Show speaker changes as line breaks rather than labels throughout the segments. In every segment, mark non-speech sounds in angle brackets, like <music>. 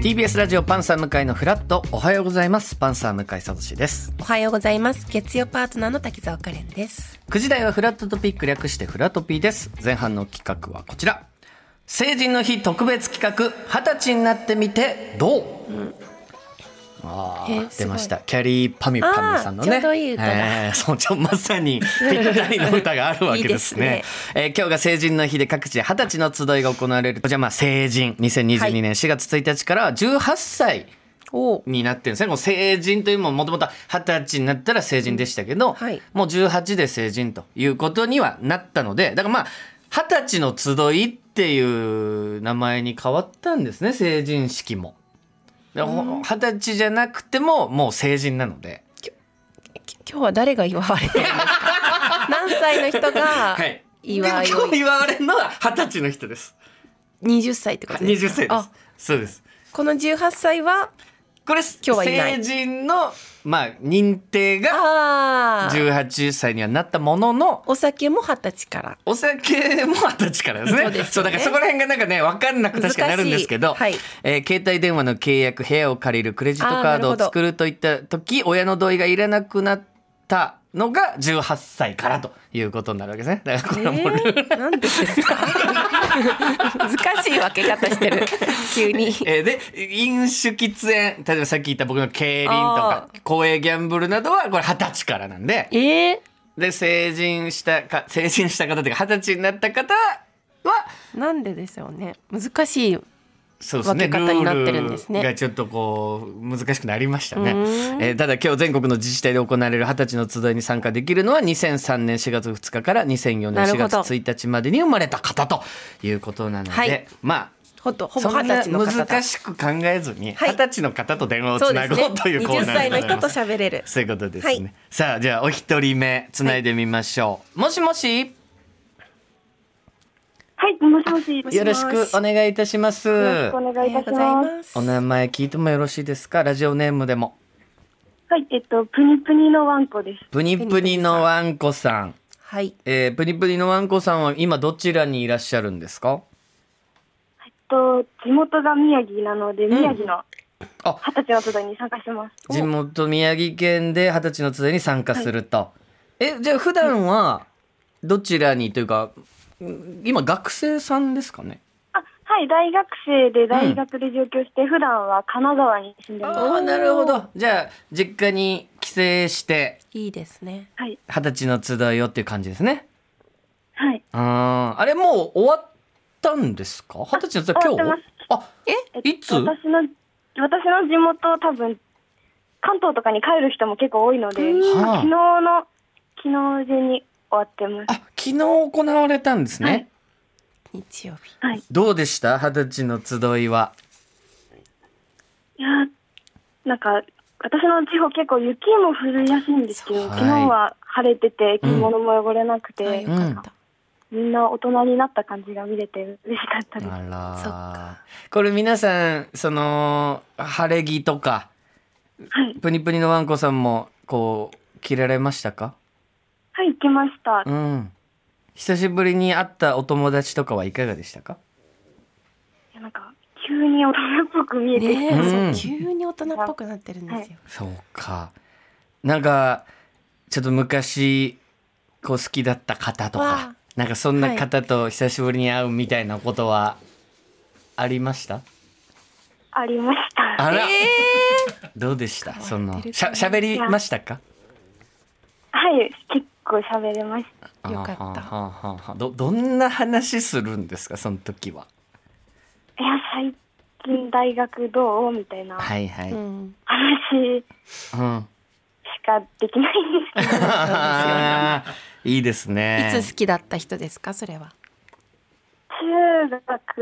TBS ラジオパンサー向井のフラットおはようございますパンサー向井聡です
おはようございます。月曜パートナーの滝沢カレンです。
9時台はフラットトピック略してフラトピーです前半の企画はこちら成人の日特別企画二十歳になってみてどう、あ
へえ
あ
す
出
ごい
ましたキャリーパミュパミュさんのね
あーちょうどいい歌だ
えーそうちょまさ
<laughs>
にぴったりの歌があるわけですね
いいで
えー今日が成人の日で各地で二十歳の集いが行われるじゃあまあ成人2022年4月1日から18歳、
お
になってるんですね。もう成人というのももともと二十歳になったら成人でしたけど、
はい
もう18で成人ということにはなったので、だからまあ、二十歳の集いっていう名前に変わったんですね、成人式も。だからほ二十歳じゃなくても、もう成人なので。
今日は誰が祝われてるんですか何歳の人が
はい。
祝いを、
でも今日祝われるのは二十歳の人です。
20歳ってこと
20
ですか
歳で
あ
す。そうです。
この18歳は、
これ、
日はいない
成人の、まあ、認定が
ああ、
18歳にはなったものの、
お酒も20歳から。
お酒も二十歳からですね。
そうですよね
だからそこら辺がなんかね、わかんなく確かになるんですけど、
難
<laughs>
しいはい
えー携帯電話の契約、部屋を借りる、クレジットカード
あーなるほ
を
ど
作るといった時、親の同意がいらなくなったのが18歳からということになるわけですね。だからこ
え
れはもうルール
ー、なんでですか難しい分け方してる。急に。
<laughs> えーで飲酒喫煙例えばさっき言った僕の競輪とか公営ギャンブルなどはこれ二十歳からなんで
えー、
で成人したか成人した方というか二十歳になった方は
なんででしょうね。難しい。
そうですね。
分け方になってるんですね
ルールがちょっとこう難しくなりましたね
う。ん
えーただ今日全国の自治体で行われる二十歳の集いに参加できるのは2003年4月2日から2004年
なる
4
ほ
月
ど
1日までに生まれた方ということなので、
はい
ま
ほと
あ
ほぼ
そんな
二十歳の方だ。
難しく考えずに
はい
二十歳の方と電話を
そう
つ
で
な
す
ごう
ね。
というコー
20
ナーで
歳
ござい
の
ます
人と喋れる。
そういうことですね。
はい
さあじゃあお一人目つないでみましょう。もしもし
はい、もしもし。
もし
よろしくお願いいたします。
よろしくお
あ
願い
り
い
が
た
とう
し
ござい
ます。
ます。
お名前聞いてもよろしいですかラジオネームでも。
はい、えっと、プニプニのワンコです。
プニプニのワンコさん。
はい。
えー、プニプニのワンコさんは今どちらにいらっしゃるんですか
と、地元が宮城なので、宮城の
あ
二十歳の集いに参加してます。
地元宮城県で二十歳のついに参加すると。え、じゃあ普段はどちらにというか、うん今学生さんですかね
あ、はい、大学生で大学で上京して、普段は神奈川に住んでます。
ああ、なるほど。じゃあ実家に帰省して
いいですね。
はい、
二十歳の集いよっていう感じですね。
はい。
あーあれもう終わったんですか二十歳の集い
終わ
今
っ
日
て
あ、
えっ
いつ
と、私の、私の地元、多分、関東とかに帰る人も結構多いので、
はあ
昨日の、昨日中に終わってます。
あ、昨日行われたんですね。
はい
日曜日。
はい。
どうでした二十歳の集いは。
いやーなんか私の地方結構雪も降るらしいんですけど、
はい
昨日は晴れてて着物も汚れなくて、
あよかった。
みんな大人になった感じが見れて嬉しかったです。
あ
そっ
ら
か
ー。これ皆さん、その、晴れ着とか、
はい、
プニプニのワンコさんも、こう、着られましたか
はい、行きました。
うん。久しぶりに会ったお友達とかはいかがでしたか
いやなんか急に大人っぽく見えて、
ねえ、
うん
そう急に大人っぽくなってるんですよ。
そうか。なんか、ちょっと昔、こう好きだった方と
わあ
か、なんかそんな方と久しぶりに会うみたいなことは、ありました、
ありました。
あ
え
ら、
え
どうでしたその
変わってる
しゃ
かな
喋りましたか
はい、結構喋れました。
よかった
あはあはあはあどどんな話するんですかその時は。
いや最近大学どうみたいな話
はいはい。
ー。う
うん。
ん。
しかできないんですけど。
あーいいですね。
いつ好きだった人ですか、それは。
中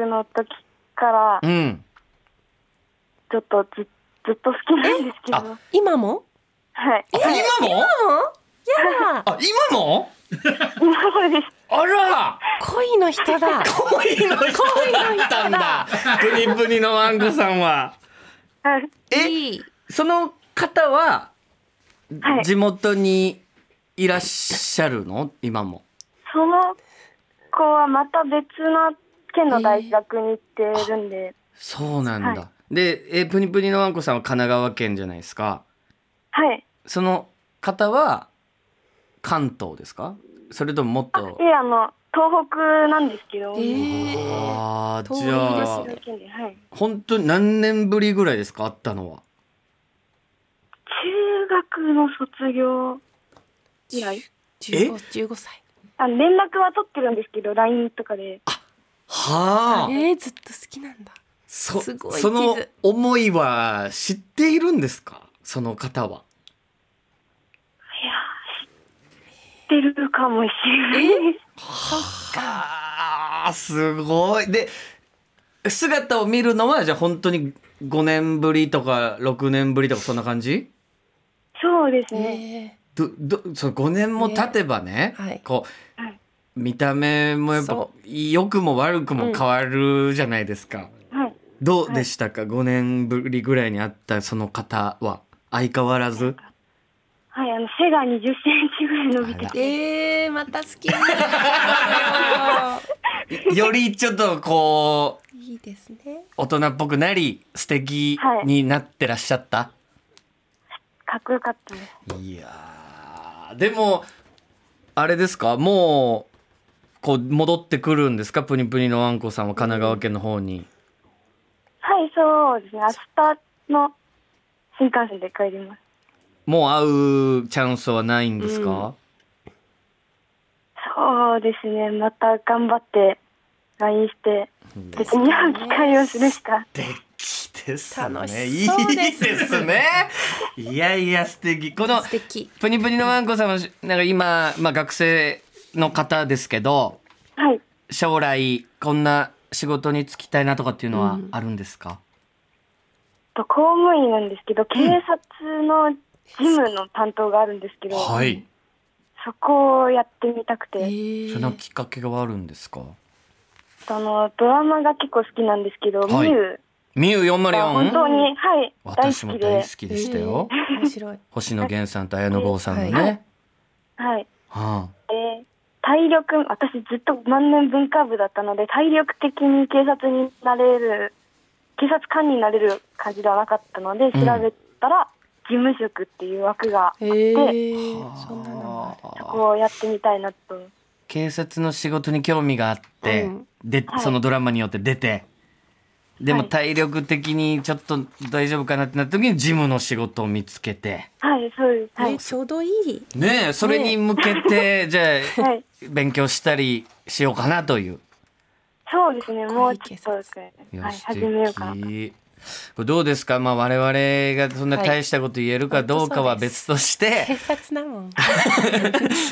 学の時から
うん。
ちょっとずずっと好きなんですけど、
えあ
今も。
はい。
あ今も？
やだ。
あ今も？
<laughs> 今までです。
あら。
恋の人だ。
恋の人だったんだ。プニプニのワンコさんは。
はい。
え
いい。
その方は
はい
地元にいらっしゃるの今も？
その子はまた別の県の大学に行ってるんで、
そうなんだ。
は
で、えープニプニのあんこさんは神奈川県じゃないですか。
はい。
その方は関東ですかそれとももっと
い。え、あの、東北なんですけど。
えー、
ああ、
遠い
じゃあ
ですね、
最近ではい。
本当に何年ぶりぐらいですか会ったのは。
中学の卒業以来。
え
15 15歳
あの連絡は取ってるんですけど、LINE とかで。
はあ、
えー、ずっと好きなんだ
そ
すごい
その
地図
思いは知っているんですかその方は。
知ってるかもしれないです。
はあすごいで姿を見るのはじゃあ本当に5年ぶりとか6年ぶりとかそんな感じ
<laughs> そうです
え
ね。
ー、
どどその5年も経てばね
ねはい
こう、
はい
見た目もやっぱ
そ
良くも悪くも変わるじゃないですか、
はい。
どうでしたか、5年ぶりぐらいに会ったその方は相変わらず
はい、あの、背が20センチぐらい伸びて
あ
て。
えー、また好きにな
<laughs>
る
よりちょっとこう
<laughs> いいですね
大人っぽくなり素敵
はい
になってらっしゃった、
かっこよかったです。
いやーでもあれですかもうこう戻ってくるんですかプニプニのあんこさんは神奈川県の方に、
はい、そうですね。明日の新幹線で帰ります。
もう会うチャンスはないんですか、
そうですね。また頑張って、LINE して、別に会う機会をするしか。
できです
楽
ね
しそうです
いいですねいやいや素敵この
素敵
プニプニのあんこさんはなんか今、まあ、学生の方ですけど
はい。
将来こんな仕事に就きたいなとかっていうのはあるんですか、
と公務員なんですけど、警察の事務の担当があるんですけど、
い
そこをやってみたくて、
え
そ
ー
のきっかけがあるんですか
そのドラマが結構好きなんですけど、
はい
ミュ
ミュー
ウが本当
404
に、はい、大
私
好
も
き
大
で
好、きでしたよ、
えー面白い
星野源さんと綾野剛さんのね、
は
はい。
はあ
で体力、私ずっと万年文化部だったので、体力的に警察になれる、警察官になれる感じではなかったので、調
ん
べたら、事務職っていう枠があって、
えー、そんなのもある
そこをやってみたいなと。
警察の仕事に興味があって、
うん
で
はい
そのドラマによって出てでも
はい
体力的にちょっと大丈夫かなってなった時にジムの仕事を見つけて
はい、そうです。は
え
い
ー。ちょうどいい
ねえそれに向け
<laughs>
て、じゃあ、
はい
勉強したりしようかなという。
そうですね、もう
会計
ちょっと、
冊
いや
はい、
素
始
敵
めようかなと。
これどうですか、まあ、我々がそんな大したこと言えるかどうかは別として、
<laughs>
警察なもん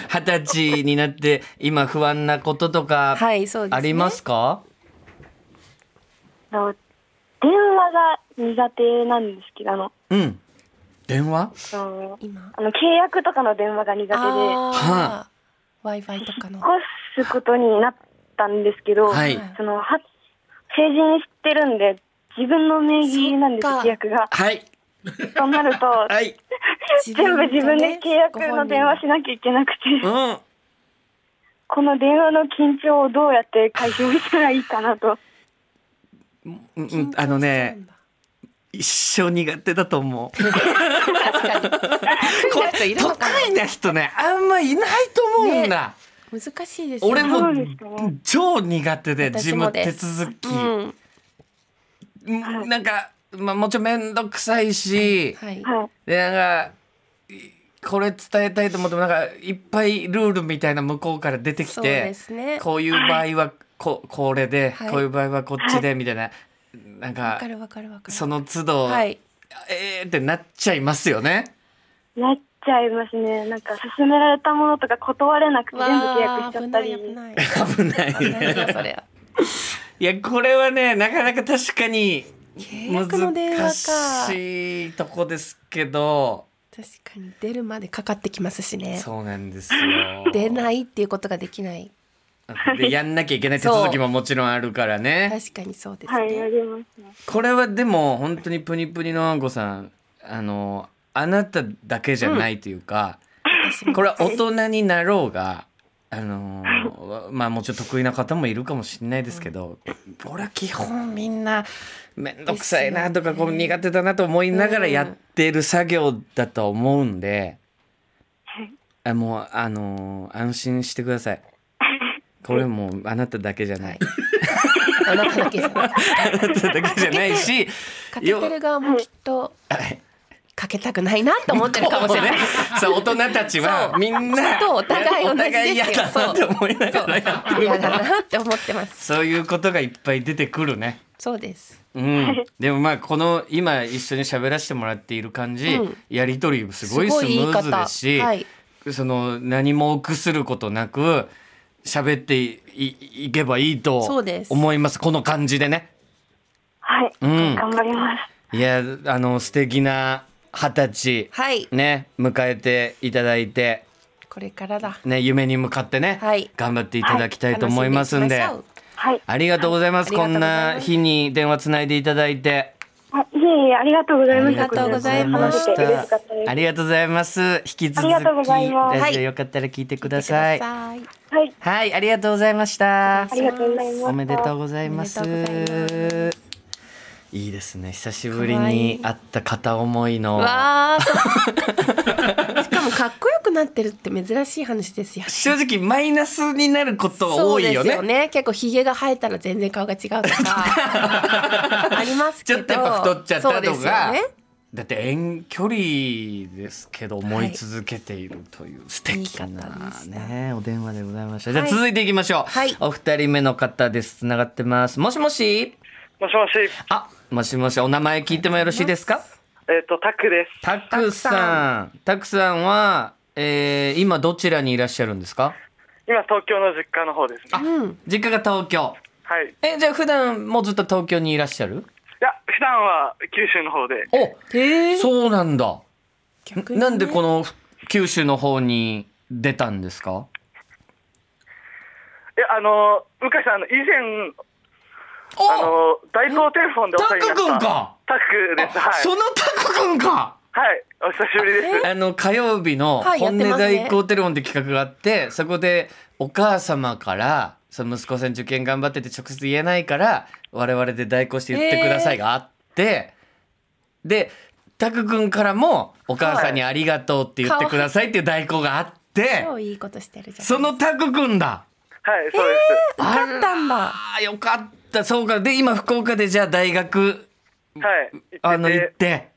二十歳になって今不安なこととか
はいそうですね
ありますか、
あの電話が苦手なんですけど、あの、
うん電話
その
今
あの契約とかの電話が苦手で、
は
ああ Wi-Fi とかの
越すことになったんですけど、
はい
そのは成人してるんで、自分の名義なんです
そっか
よ、契約が。
はい
となると、
はい
全部自分で契約の電話
し
しなきゃいけなくて、
うん
この電話の緊張をどうやって解消したらいいかなと。
うんうんあのね一生苦手だと思う
確か
これ
人いる
都
のかな
会な人ねあんまいないと思うんだ、
に難しいですよね
俺も
そうですかね
超苦手で事
私
務
も
手
です
続き、
うん
うんなんか、まあ、もちろん面倒くさいし、
はい
はい。
でなんかいこれ伝えたいと思ってもなんかいっぱいルールみたいな向こうから出てき
そう
て
ですね
こういう場合はここれで、
はい
こういう場合はこっちでみたいな、なん
わ
か
かるわかるわかる
その都度、
はい
えーってなっちゃいますよね。
なっちゃいますね。なんか、勧められたものとか断れなくて全部契約しちゃったり。
わあ
危ない
危
<laughs>
ない危ないなんだそれはい
やこれはねなかなか確かに
契約の電
難
話か
しいとこですけど
確かに出るまでかかってきますしね
そうなんですよ。
出ないっていうことができない
でやんなきゃいけない手続きももちろんあるからね。
確かにそうです
はい、や
ね
りますね。
これはでも本当にプニプニのあんこさんあのあなただけじゃないというか、
私も
これは大人になろうがあのーまあもちろん得意な方もいるかもしれないですけど、これは基本みんな面倒くさいなとかこう苦手だなと思いながらやってる作業だと思うんで、あもうあのー安心してください。これもうあなただけじゃない。
あなただけじゃ
<laughs>
ない
<laughs> あなただけじゃないし、
かけてる側もきっと
はい
かけたくないなと思ってるかもしれない
こ。うね、そう大人たちはみんな
そうお互い同じですよ
お互い嫌だなって思いながらやってる
嫌だなって思ってます。
そういうことがいっぱい出てくるね。
そうです。
うん、でもまあこの今一緒に喋らせてもらっている感じ、
うん
やり取りすごいスムーズです
ごい言
し
い方はい
その何も臆することなく喋っていいいけばいい
そ
と
うです
思いますこの感じでね。
はい、
うん
頑張ります。
いやあの素敵な二十歳、
はい。
ね迎えていただいて、
これからだ。
ね、夢に向かってね、
はい
頑張っていただきたいと思いますんで。
楽しみにしましょう
はい。
ありがとうございます。
はい
こ
ありがと
ん
うござい
な
ます
日に電話つないでいただいて。
あいえいえ、ありがとうございました。
ありがとうございま
話
し
せて嬉しかったで
ありがとうございます。引き続
ありがとうご
き、
ざいます
ラ
は
ジオ
い
よかったら聞いてく
聞
だ
いてくだ
さい。
さい。
す。はい、
はい、ありがとうございました
あ。りがとうございます。
おめでとうございます
おめでとうござい。
いいですね。久しぶり
かわい
に
い
会った片思いの。
わあ。そうしかもかっこよくなってるって珍しい話ですよ。
正直マイナスになること
そ
多
うで
い
す
よね。
結構ひげが生えたら全然顔が
<laughs>
違うとかあります
ち
け
ょ
ど
っとやっぱ太っちゃった
そ
と
うですよ
か、
ね
だって遠距離ですけど思い続けているという素敵
いい
な
方でした
ねお電話でございました、じゃあ
はい
続いていきましょう、
はい
お二人目の方ですつながってますもしもし
もしもし、
あもしもしお名前聞いてもよろしいですか
えっ、と、タクです。
たくさんたくさんは、えー、今どちらにいらっしゃるんですか
今、東京の実家の方ですね。
うん
実家が東京
はい。い
えじゃあ普段もずっと東京にいらっしゃる
や、普段は九州の方で、
お
へえ
そうなんだ
逆にね
なんでこの九州の方に出たんですか
え、あの、昔、あの、以前、あの、大東テレフォンでお世話になった。
タク君か
タクです。はい。
そのタコくんか
はい。お久しぶりです。
あの火曜日の
はい
本音
やってますね
代行テレフォンって企画があって、そこでお母様からその息子さん受験頑張ってて直接言えないから我々で代行して言ってくださいがあって、でタク君からもお母さんにありがとうって言ってくださいっていう代行があって、
超いいことしてるじゃん
そのタク君だ
はい、そうです。
受かったんだ
あーよかったそうかで今福岡でじゃあ大学
はい。
あ
行っ
の行って
て、
て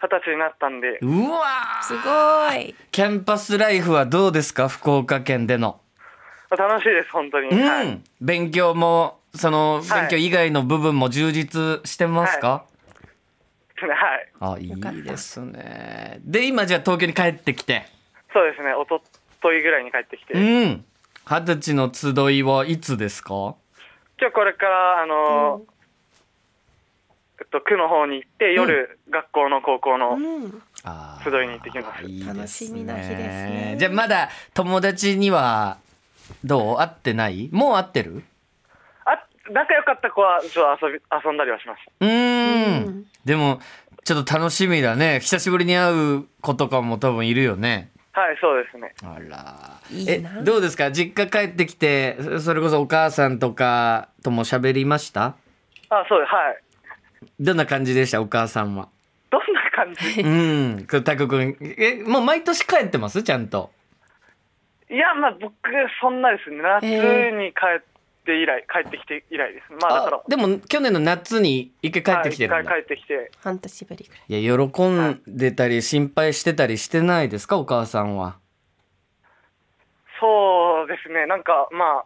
二十歳になったんで、
うわー
すごい
キャンパスライフはどうですか福岡県での。
楽しいです、本当に。
うん、
はい。
勉強もその
はい
勉強以外の部分も充実してますか、
は
あ
い。
い
よかった
いですねで今じゃあ東京に帰ってきて
そうですね、おとといぐらいに帰ってきて、
う
今
ん二十歳の集いはいつですか
日これから、あの、えっと、区の方に行って、夜、学校の高校の、
うん
あ
集いに行ってきます
いいですね
楽しみな日ですね
じゃあまだ友達にはどう会ってないもう会ってる
あ、仲良かった子は、ちょっと遊び、遊んだりはしました。
うーん
うん
でもちょっと楽しみだね久しぶりに会う子とかも多分いるよね
はい、そうですね。
あら
いい
え
な
どうですか実家帰ってきてそそれこそお母さんとかとも喋りました
あ、そうです。はい。
どんな感じでしたお母さんは
どんな感じ
うんこれタク君えもう毎年帰ってますちゃんと
いや、まあ僕、そんなですね。夏に帰って以来、帰ってきて以来です。まあだから
あ、でも去年の夏に一回帰ってきてるんだ、、
はいい一回帰ってきて。
半年ぶりぐらい
や喜んでたり心配してたりしてないですかお母さんは
そうですね。なんか、まあ、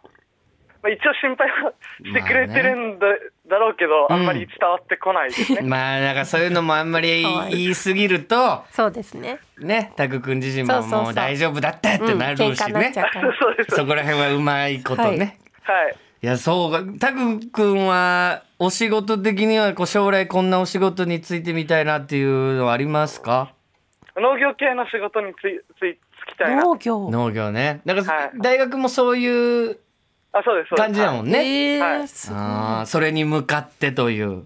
まあ、一応心配はしてくれてるんだ,、だろうけど、あんまり伝わってこないですね。
まあなんかそういうのもあんまり
かわいい
言いすぎると
そうですね
ねタク君自身も
そうそうそう
もう大丈夫だったっ
う
て
ん
なるしね、
喧嘩になっちゃうから
<laughs> そうです。
そこら辺はうまいことね、
はい
い、
はい。
やそうかタク君はお仕事的にはこう将来こんなお仕事についてみたいなっていうのはありますか
農業系の仕事につい、つい、つきたいな。
農業
農業ねだから、
はい
大学もそういう
あ、そうです、そうです。
感じだも
はい
んね、
えー
はい
すごい
あーそれに向かってという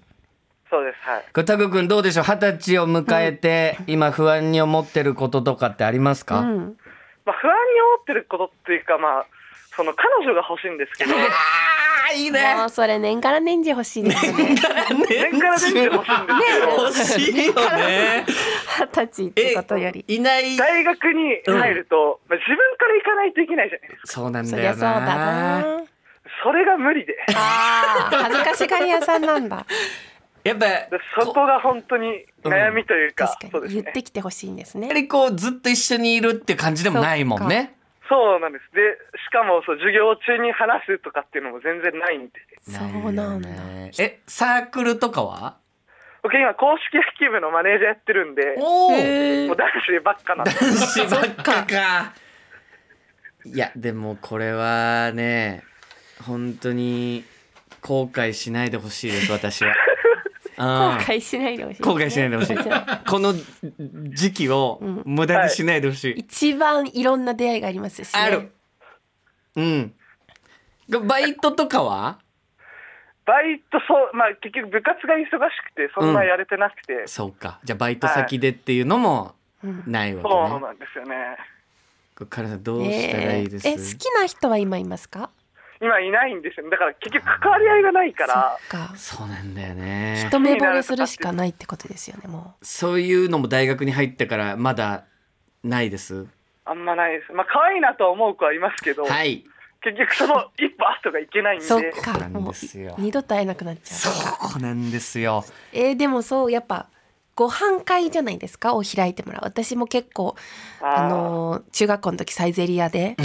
そうです。はい。
これタク君どうでしょう二十歳を迎えて、今不安に思ってることとかってありますか、
うん
まあ、不安に思ってることっていうか、まあ、その彼女が欲しいんです <laughs> けど、
あーいいね
もうそれ年から年中欲しいですね
年から年中欲しいんですけ <laughs> ど、
欲しいよね
二十歳ってことより
いない
大学に入ると、まあ、自分から行かないといけないじゃないですか。
そうなん
そ
だ
りゃ
よ
そうだ
な
な
それが無理で、
あー恥ずかしがり屋さんなんだ
やっぱや
で <laughs> そこが本当に悩みというか、
確
そ
か
うで
に
す
言
ね
っ。てきてほしいんですね
っぱりこうずっと一緒にいるって感じでもないもんね
そうなんです。で、しかもそう授業中に話すとかっていうのも全然ないんで。
そうなんだ
いよねえサークルとかは
僕今公式野球部のマネージャーやってるんで、
おお
もう男子ばっか <laughs> なんで。
男子ばっかか。いや、でもこれはね、本当に後悔しないでほしいです、私
<laughs>
は。
後
後
悔しないでほしい、
後悔しないでほしい。この時期を無駄にしないでほしい。
<laughs> 一番いろんな出会いがありますし、ね、
ある。うん。バイトとかは
バイト、そう、まあ結局部活が忙しくて、そんなやれてなくて、
そうか。じゃあバイト先でっていうのもないわ
そ
け
う
ね。
なんですよね。
カレンさんどうしたら
ね
い
え
いで
え好
す
きな人は今いますか
今いないんですよね。だから結局関わり合いがないから、
そっか
そうなんだよね。
一目惚れするしかないってことですよねも
そういうのも大学に入ってからまだないです。
あんまないです。まあ可愛いなとは思う子はいますけど、
はい。
結局その一歩後がいけないん
う
で、
そっ
そう
か
なん
も
ですよ
う二度と会えなくなっちゃう
そうなんですよ。
えーでもそうやっぱご飯会じゃないですかを開いてもらう私も結構
あー
あのー中学校の時サイゼリア
<laughs>
で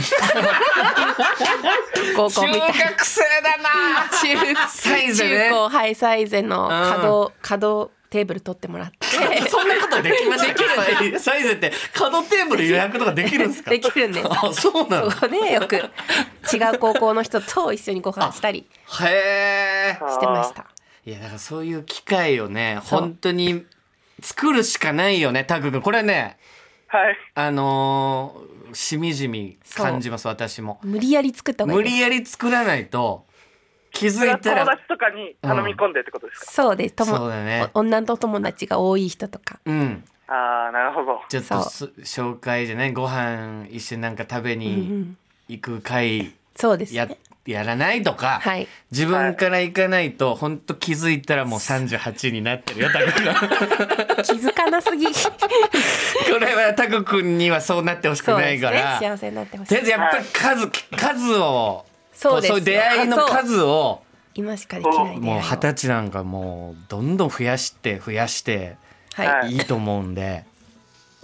高校
中
みたいな
学生だな。
中
サイゼね
中高ハイサイゼの角、角テーブル取ってもらって
<laughs> そんなことできましたっけサイズって角テーブル予約とかできるんですか。
できるんです
あ、そうなの。
そこでよく違う高校の人と一緒にご飯したり
へえ。
してました
いやだからそういう機会をね
そう
本当に作るしかないよねタク君これね
はい。
あのーしみじみ感じます私も
無理やり作った方がい
無
いです
理やり作らないと気づ
友
いたら
達とかに頼み込んでってことですか、
そうです友
そうだね
お女の友達が多い人とか
うん
ああ、なるほど。
ちょっとす紹介じゃないご飯一緒になんか食べに行く会
そうです
や,、
ね
やらないとか、
はい
自分から行かないと本当気づいたらもう38になってるよタク君
<laughs> 気づかな
<laughs>
すぎ
これはタク君にはそうなってほしく
そう
な
で
い
す
か
ね
ら、
幸せになってほし
と
い
りあえずやっぱり数、数を
そ
こ
うですよ
いう出会いの数を
今しかできない出会いを
もう二十歳なんかもうどんどん増やして増やして
はい
はい
いと思うんで、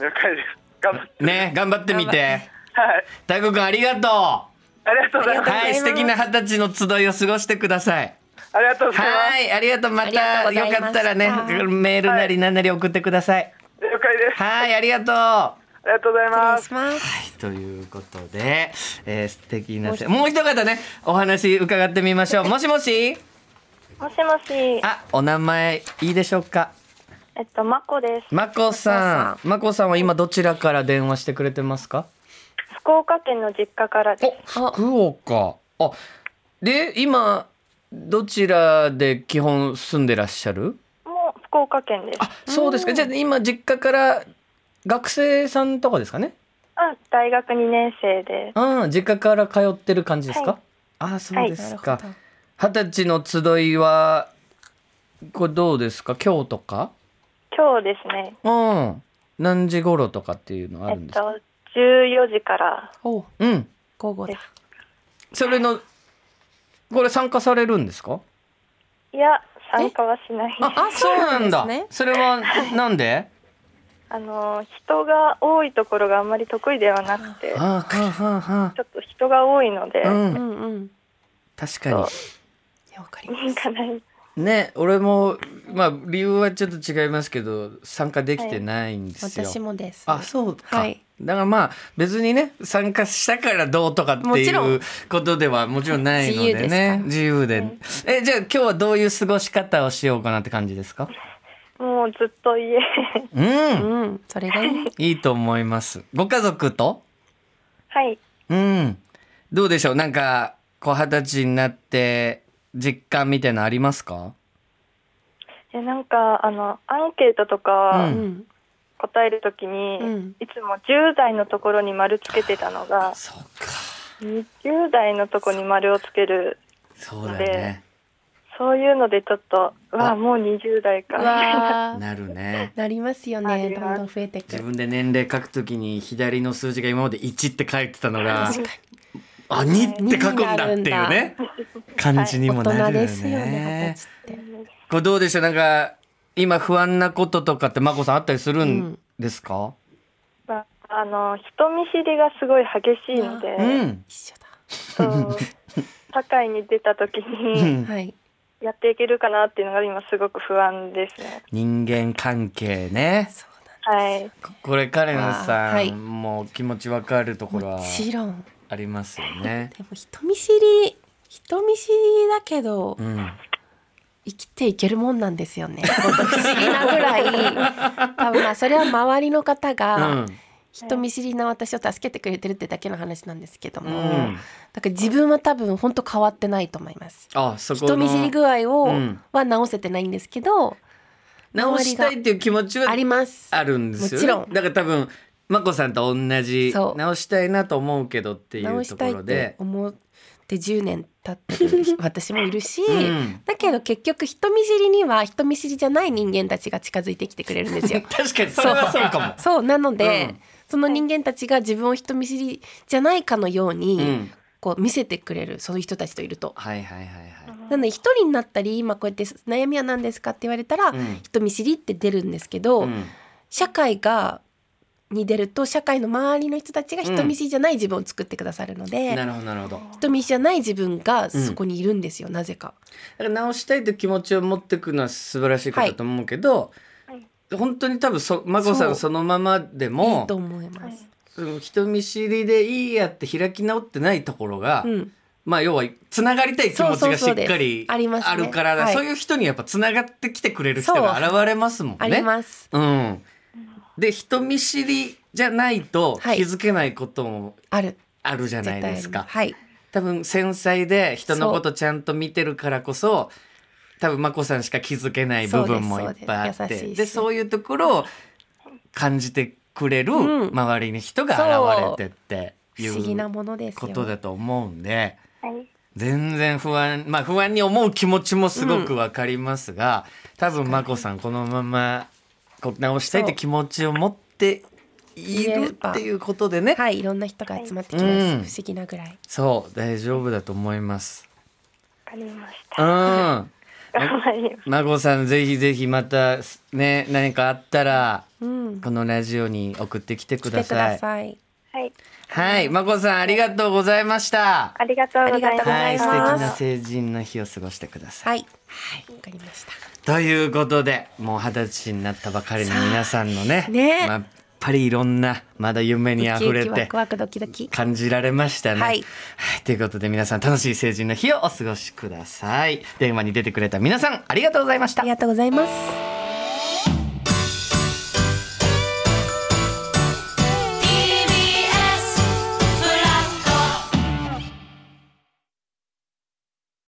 了解です。頑張って。
ね頑張ってみて
はい。
タク君ありがとう
ありがとうございます。
はい、素敵な二十歳の集いを過ごしてください。
ありがとうございます。
はい、ありがとう。また
ありがとうございま
よ
した
かったらね、メールなり何なり送ってください。
了解です。
はい、ありがとう。
ありがとうござい
お願
ま
い
す。
します
ということで、えー、素敵なせもう一方ね、お話伺ってみましょう。もしもし、
もしもし、
あ、お名前いいでしょうか。
えっと、まこです。
まこさん、まこさんは今どちらから電話してくれてますか。
福岡県の実家からです。
お、福岡。あ、で今どちらで基本住んでらっしゃる？
もう福岡県です。
あ、そうですか。じゃあ今実家から学生さんとかですかね。
うん、大学2年生で
うん、実家から通ってる感じですか。
はい
あ、そうですか
なるほど。
二十、歳の集いはこれどうですか。今日とか？
今日ですね。
うん。何時頃とかっていうのあ
え
るん
っ
ですか。
と、14時から
お
うん。
午後だ
それのこれ参加されるんですか。
いや参加はしないです。
あ、そうなんだ。
そうなんですね
それはなんで？
あの人が多いところがあんまり得意ではなくて、
あー、はあ、はあ、は
ちょっと人が多いので、
あ。う、
行
うんんうん
確か
いやわかります
かない。
に。ね、俺もまあ理由はちょっと違いますけど参加できてないんですよ。
私もです
あ、そうか。
はい
だからまあ別にね参加したからどうとかって
もち
い
ろ
うんことではもちろんないので
自由ですから
ね自由でえじゃあ今日はどういう過ごし方をしようかなって感じですか
もうずっと家 <laughs>
うん
うんそれ
<laughs>
がいい
いいと思います。ご家族と
はい
うん。どうでしょうなんか、こう二十歳になって、実感みたいなのありますか
えなんかあのアンケートと
う
う
か
ん
ん
答えるときに、
うん
いつも10代のところに丸つけてたのが
そうか。
20代のとこに丸をつける
そうだよね
そういうのでちょっとうわ
あ
あもう20代か
うわ
<laughs>
ー
なる
<laughs>
ね
なりますよ
な
ね
り
ど
ま
ん
す
どん増えてく
自
る
分で年齢書くときに左の数字が今まで1って書いてたのが
確か
あ2って書くんだっていう
なる
ね感じに
に
も
大
な
人
るよ
ですよね
ね
二十。歳って
これどうでしょうなんか今不安なこととかってまこさんあったりするんですか、
まああの人見知りがすごい激しいので、
うん
一緒
と社会に出た時に
だはい
やっていけるかなっていうのが今すごく不安ですね。
人間関係ね
そう
はい、
ここれカレンさん、
あーはい
もう気持ちわかるところ
だ
は
もちろん
ありますよね。
でも人見知り人見知りだけど
うん、
生きていけるもんなんですよねほんと不思議なぐらい多分まあそれは周りの方
うん
が人見知りな私を助けてくれてるってだけの話なんですけど
う
も、
ん、
だから自分は多分本当変わってないと思います
あそこの
人見知り具合を、
うん
は直せてないんですけど
直したいっていう気持ちは
あります
あるんですよ、ね、
もちろん
だから多分まこさんと同じ
そう
直したいなと思うけどってい
直
うと
し
こ
たいっ
ろ
て
で。
思って10年経ってる
<laughs>
私もいるし、
うん。
だけど結局人見知りには人見知りじゃない人間たちが近づいてきてくれるんですよ
確かにそれはそうかも。
そうなので、
うん
その人間たちが自分を人見知りじゃないかのように、
うん
こう見せてくれるそういう人たちといると。
はいはいはいは
なので一人になったり今こうやって悩みは何ですかって言われた
い。
ら、
うん
人見知りって出るんですけど、
うん
社会がに出ると社会の周りの人たちが人見知りじゃない自分を作ってくださるので、
なるほどなるほど。だか
人見知りじゃない自分がそこにいるんですよ、なぜから
直したいという気持ちを持っていくのは素晴らしいことだと思うけど、本当に多分そまこさんそのままで
い
も
いと思います、
その人見知りでいいやって開き直ってないところが、
うん、
まあ要はつながりたい気持ちがしっ
そうそ
か
うそうで
り
すありますね
あるから
はい
そういう人にやっぱつながってきてくれる人が
そう
現れますもんね。
あります
うん、で人見知りじゃないと
はい
気づけないことも
ある
あるじゃない
絶対あ
で
り
すか。
はい
多分繊細で人のことちゃんと見てるからこそ多分眞子さんしか気づけない部分もいっぱいあって
そう
で
ですそうです優しいし
そういうところを感じてくれる
うん
周りに人が現れてってい
不思議な
う
ものですよ
ことだと思うんで
はい。
全然不安まあ不安に思う気持ちもすごくわかりますが、多分眞子さんこのままこう直したいって気持ちを持っているっていうことでね、
はいいろんな人が集まってきます、
うん
不思議なぐらい
そう大丈夫だと思います。
わかりました。
うん <laughs>
頑張ります。
孫さんぜひぜひまたね何かあったら
うん
このラジオに送ってきてく
来
だ
てく
さ
だ
い
さい
はい、
はい孫さんありがとうございました
ありがとうござ
あ
い
りがとうご
ます。
は
ざ
い
い
素敵
ます
な成人の日を過ごしてください
はいはいわかりました
ということでもう二十歳になったばかりの皆さんのね
あね
まあやっぱりいろんなまだ夢にあふ
ウ
れ
キウキ
て
ワクワクドキドキ
感じられましたね。
はい
はいということで皆さん楽しい成人の日をお過ごしください。電話に出てくれた皆さんありがとうございました
あり。がとうございます